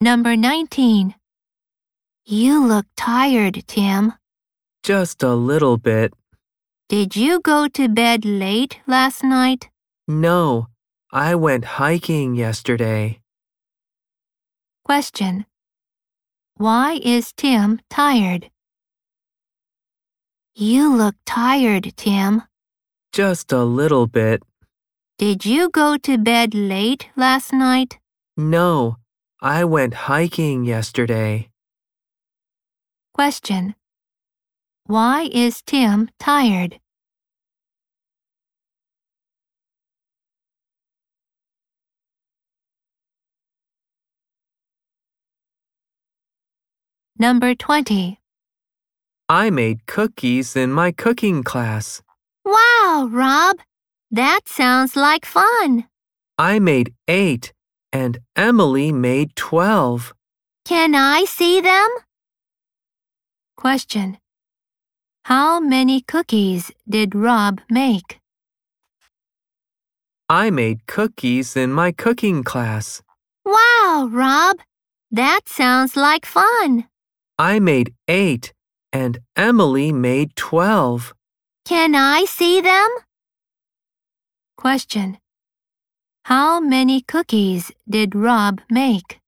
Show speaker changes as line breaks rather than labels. Number 19. You look tired, Tim.
Just a little bit.
Did you go to bed late last night?
No, I went hiking yesterday.
Question. Why is Tim tired? You look tired, Tim.
Just a little bit.
Did you go to bed late last night?
No, I went hiking yesterday.
Question. Why is Tim tired? Number 20.
I made cookies in my cooking class.
Wow, Rob! That sounds like fun!
I made eight, and Emily made 12.
Can I see them? Question. How many cookies did Rob make?
I made cookies in my cooking class.
Wow, Rob! That sounds like fun!
I made eight, and Emily made 12.
Can I see them? Question. How many cookies did Rob make?